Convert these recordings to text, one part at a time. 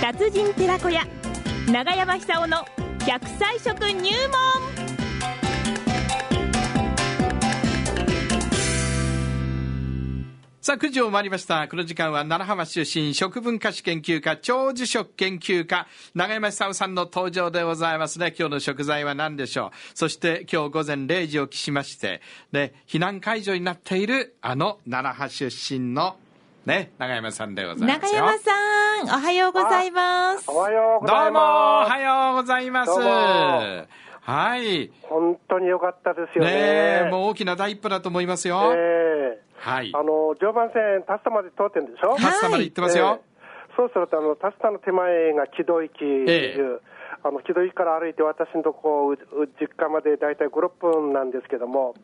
風神寺子屋長山久夫の100歳食入門さあ、9時を回りました。この時間は、奈良浜出身、食文化史研究家、長寿食研究家、長山久夫さんの登場でございますね。今日の食材は何でしょうそして、今日午前0時を期しまして、ね、避難解除になっている、あの、奈良浜出身の、ね、長山さんでございます長山さん、おはようございます。おはようございます。どうも、おはようございます。はい。本当に良かったですよね。ねもう大きな第一歩だと思いますよ。ー、えはい。あの、常磐線、タスタまで通ってるんでしょタスタまで行ってますよ。えー、そうすると、あの、タスタの手前が木戸駅という、えー、あの、木戸駅から歩いて私のとこ、実家まで大体5、6分なんですけども、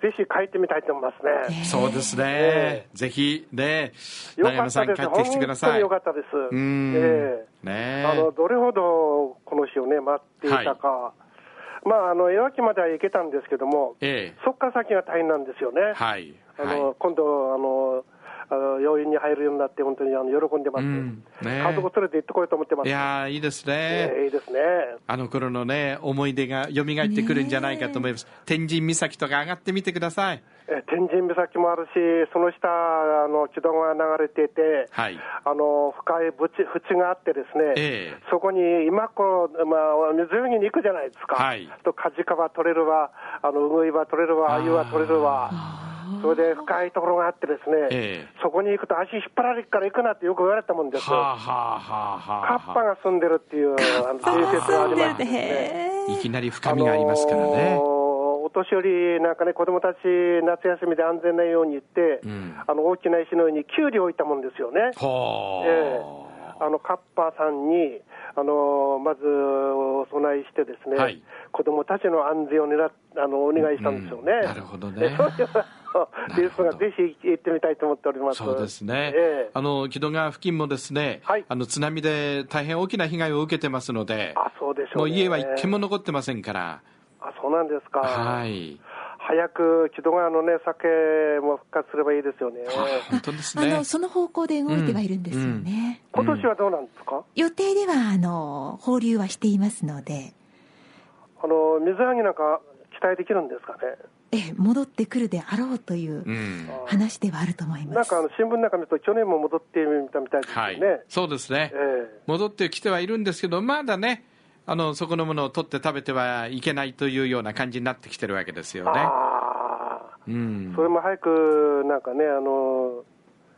ぜひ帰ってみたいと思いますね。そうですね。えー、ぜひね、よかったです。帰ってきてください。よかったです。うん。えー、ねあの、どれほどこの日をね、待っていたか。はい、まあ、あの、夜明までは行けたんですけども、えー、そっから先が大変なんですよね。はい。あの、はい、今度、あの、あの病院に入るようになって、本当にあの喜んでます、うんね、家族連れて行ってこようと思ってます。いやいいですね、えー、いいですね。あの頃のね、思い出が蘇ってくるんじゃないかと思います。天神岬とか上がってみてください。えー、天神岬もあるし、その下、あの、木戸が流れてて、はい、あの、深い淵淵があってですね、えー、そこに今この、まあ、湖に行くじゃないですか。はい、と、カジカは取れるわ、あの、うぐいは取れるわ、あゆは取れるわ。それで深いところがあってですね、ええ、そこに行くと足引っ張られるから行くなってよく言われたもんですよ。はあはあはあはあ、カッパが住んでるっていう、あの、定説がありまして、ね、いきなり深みがありますからね。あのーお年寄りなんかね、子供たち、夏休みで安全なように行って、うん、あの大きな石の上にきゅうり置いたもんですよね。は、あ、えー、あのカッパさんに、あのまずお供えしてですね、はい、子供たちの安全を狙あのお願いしたんですよね。うんなるほど ね。ですが、ぜひ行ってみたいと思っております。そうですね。えー、あの木戸川付近もですね、はい、あの津波で大変大きな被害を受けてますので、あそうでしもょう、ね、う家は一軒も残ってませんから。あそうなんですか。はい。早く木戸川のね酒も復活すればいいで すよね。本当ですね。あのその方向で動いてはいるんですよね。うんうん、今年はどうなんですか。予定ではあの放流はしていますので。あの水揚げなんか期待できるんですかね。え戻ってくるであろうという話ではあると思います、うん、なんかあの新聞なんか見ると、去年も戻ってみたみたいですね、はい、そうですね、えー、戻ってきてはいるんですけど、まだね、あのそこのものを取って食べてはいけないというような感じになってきてるわけですよね。うん、それも早くなんかねあの、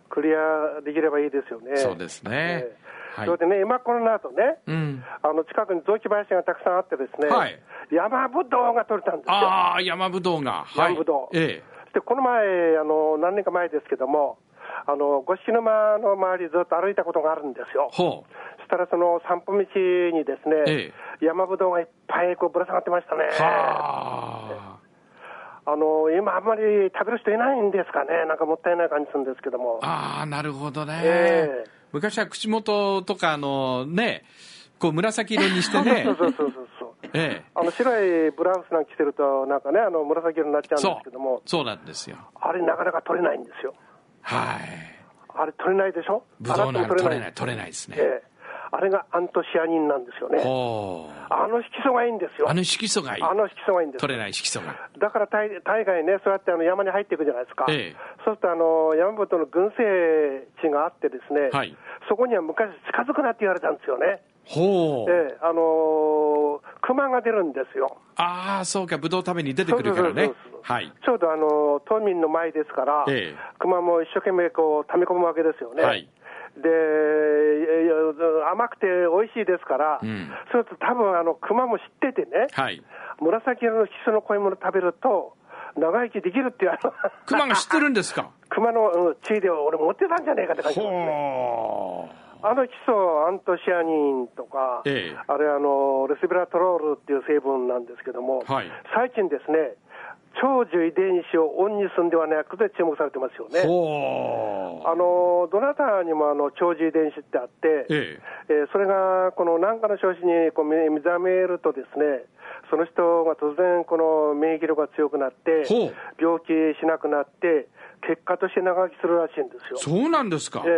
クリアできればいいですよね。そうですね、えーはい、それでね、今この後ね、うん、あの近くに雑木林がたくさんあってですね、はい、山ぶどうが取れたんですよ。ああ、山ぶどうが。山ぶどう。ええ、で、この前、あの、何年か前ですけども、あの、五色沼の周りずっと歩いたことがあるんですよ。ほう。したらその散歩道にですね、ええ、山ぶどうがいっぱいこうぶら下がってましたね。はあ。あの今、あんまり食べる人いないんですかね、なんかもったいない感じするんですけども。ああ、なるほどね。ええ昔は口元とかのね、こう紫色にしてね。 そうそうそうそう ええ、あの白いブラウスなんか着てると、なんかね、あの紫色になっちゃうんですけども、そうなんですよあれ、なかなか取れないんですよ、はいあれ、取れないでしょ、ぶどうなん取れない、取れないですね、ええ、あれがアントシアニンなんですよね、あの色素がいいんですよ、あの色素がいい、あの色素がいいんです取れない色素が、だから大大概ね、そうやってあの山に入っていくじゃないですか、ええ、そうするとあの山本の群生地があってですね、はい、そこには昔、近づくなって言われたんですよね。ほうええ、あのー、熊が出るんですよ。ああ、そうか、ぶどう食べに出てくるからね。はい、ちょうど、あのー、都民の前ですから、ええ、熊も一生懸命こう溜め込むわけですよね。はいで、甘くて美味しいですから、うん、それと多分あの熊も知っててね、はい、紫色の色素の濃いもの食べると、長生きできるっていう、熊が知ってるんですか 熊の地位で俺、持ってたんじゃねえかって感じですね。あの基礎、アントシアニンとか、ええ、あれあの、レスベラトロールっていう成分なんですけども、はい、最近ですね、長寿遺伝子をオンにするんではなくて注目されてますよね。あのどなたにもあの長寿遺伝子ってあって、えええー、それがこの何かの調子にこう目覚めるとですね、その人が突然この免疫力が強くなって、病気しなくなって、結果として長生きするらしいんですよ。そうなんですか。え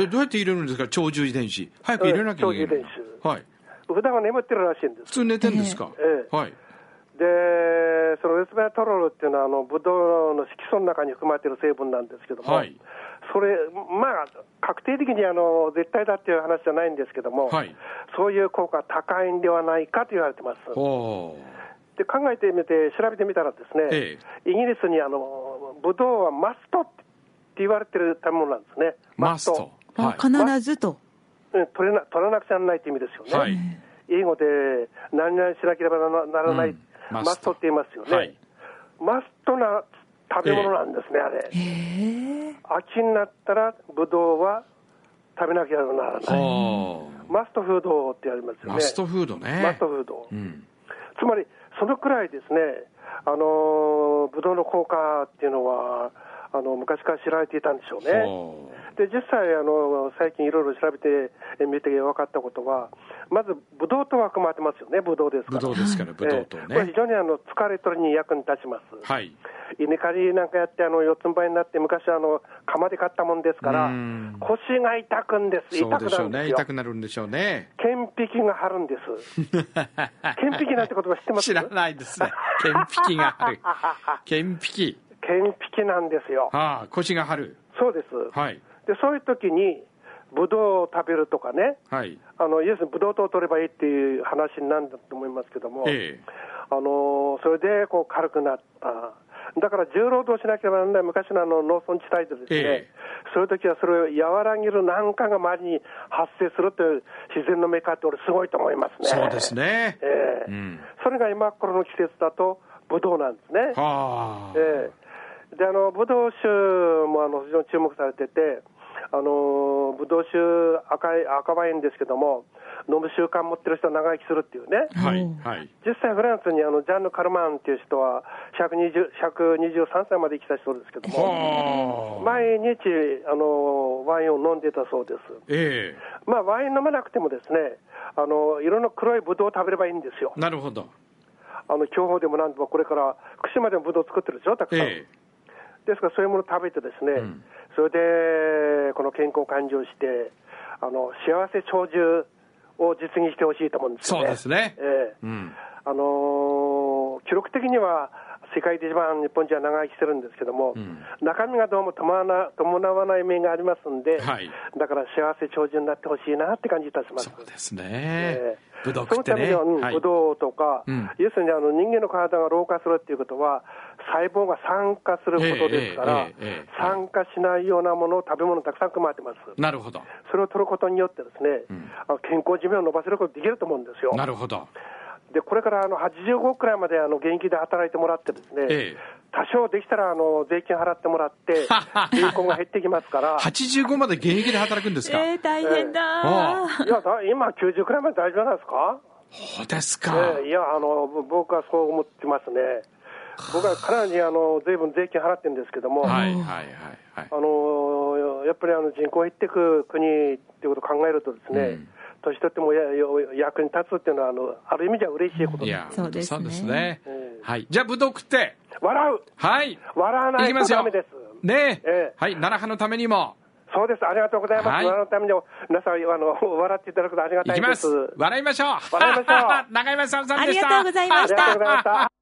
ええどうやって入れるんですか長寿遺伝子早く入れなきゃいけない、ええ長寿遺伝子はい普段は眠ってるらしいんで普す。通寝てんですか、ええはいで、そのエスメトロールっていうのは、あの、ブドウの色素の中に含まれている成分なんですけども、はいそれ、まあ、確定的にあの絶対だっていう話じゃないんですけども、はいそういう効果は高いんではないかと言われてます。おーで考えてみて、調べてみたらですね、えイギリスにあの、ブドウはマストって言われてる食べ物なんですね。マストあ必ずと、うん取れな取らなくちゃならないって意味ですよね。はい英語で何々しなければならない、うんママストストって言いますよね、はいマストな食べ物なんですね、あれへえ秋になったらブドウは食べなければならないおーマストフードってやりますよねマストフードねマストフードうんつまりそのくらいですねあのブドウの効果っていうのはあの昔から知られていたんでしょうねおで実際あの、最近いろいろ調べてみて分かったことは、まずブドウ糖は含まれてますよね、ブドウでーすブからドウですからブドウとええこれね非常にあの疲れ取りに役に立ちます。はい稲刈りなんかやってあの四つん這いになって昔あの釜で買ったもんですからうん腰が痛くんです痛そうくでなしょるうんでねすよ痛くなるんでしょうね顕微鏡が張るんです 顕微鏡なんて言葉知ってます知らないですね顕微鏡があ る顕微顕微鏡なんですよ鏡ああ腰が張るそうです、はいでそういう時にブドウを食べるとかねはいあの要するにブドウ糖を取ればいいっていう話になるんだと思いますけども、ええあのーそれでこう軽くなった、だから重労働しなければならない昔のあの農村地帯でですええね、そういう時はそれを和らげる難関が周りに発生するという自然のメーカーって、俺、すごいと思いますね。そうですねえうえんそれが今頃の季節だと、ブドウなんですね。はあええであのブドウ酒もあの非常に注目されてて、あのブドウ酒赤い、赤ワインですけども、飲む習慣持ってる人は長生きするっていうね、はいうんはい実際、フランスにあのジャンヌ・カルマンっていう人は120 123歳まで生きた人ですけども、はあ毎日あのワインを飲んでたそうです。ええまあ、ワイン飲まなくてもですね、あのいろんな黒いブドウを食べればいいんですよ。なるほどあの競歩でもなんでもこれから福島でもブドウ作ってるでしょ、たくさん。ええですからそういうものを食べてですね、んそれでこの健康感情して、あの幸せ長寿を実現してほしいと思うんですよそうね。ですねええうんあのー記録的には世界で一番日本人は長生きしてるんですけども、ん中身がどうも伴わな伴わない面がありますんで、はいだから幸せ長寿になってほしいなって感じいたします。そうですねええブドウ食そっのてためねには、うんはいブドウとか、うん要するにあの人間の体が老化するっていうことは、細胞が酸化することですから、ええええええ酸化しないようなものを食べ物たくさん含まれてます。なるほどそれを取ることによってですね、あの健康寿命を伸ばせることができると思うんですよ。なるほどでこれからあの85くらいまであの現役で働いてもらって、ですね、ええ多少できたらあの税金払ってもら って、人口が減ってきますから、い85まで現役で働くんですかえー、大変だああや、だ今、90くらいまで大丈夫なんですか、そうですかええいやあの、ぼ僕はそう思ってますね、僕はかなりあの随分税金払ってるんですけども、はいはいはいはいあのやっぱりあの人口減っていく国っていうことを考えると、ですね、うん年取ってもやや役に立つっていうのはあの、ある意味じゃ嬉しいこといです。や、そうですね本当そうですねえ。えはい。じゃあ、ブドウ食って。笑うはい。笑わいなきいまとすよダメです。。ねえええはい。奈良派のためにも。そうです、ありがとうございます。はい笑うためにも皆さん、あの、笑っていただくとありがいたきいまですす。。笑いましょう。笑いまし ょ中山さんさんでした。ありがとうございましたありがとうございました。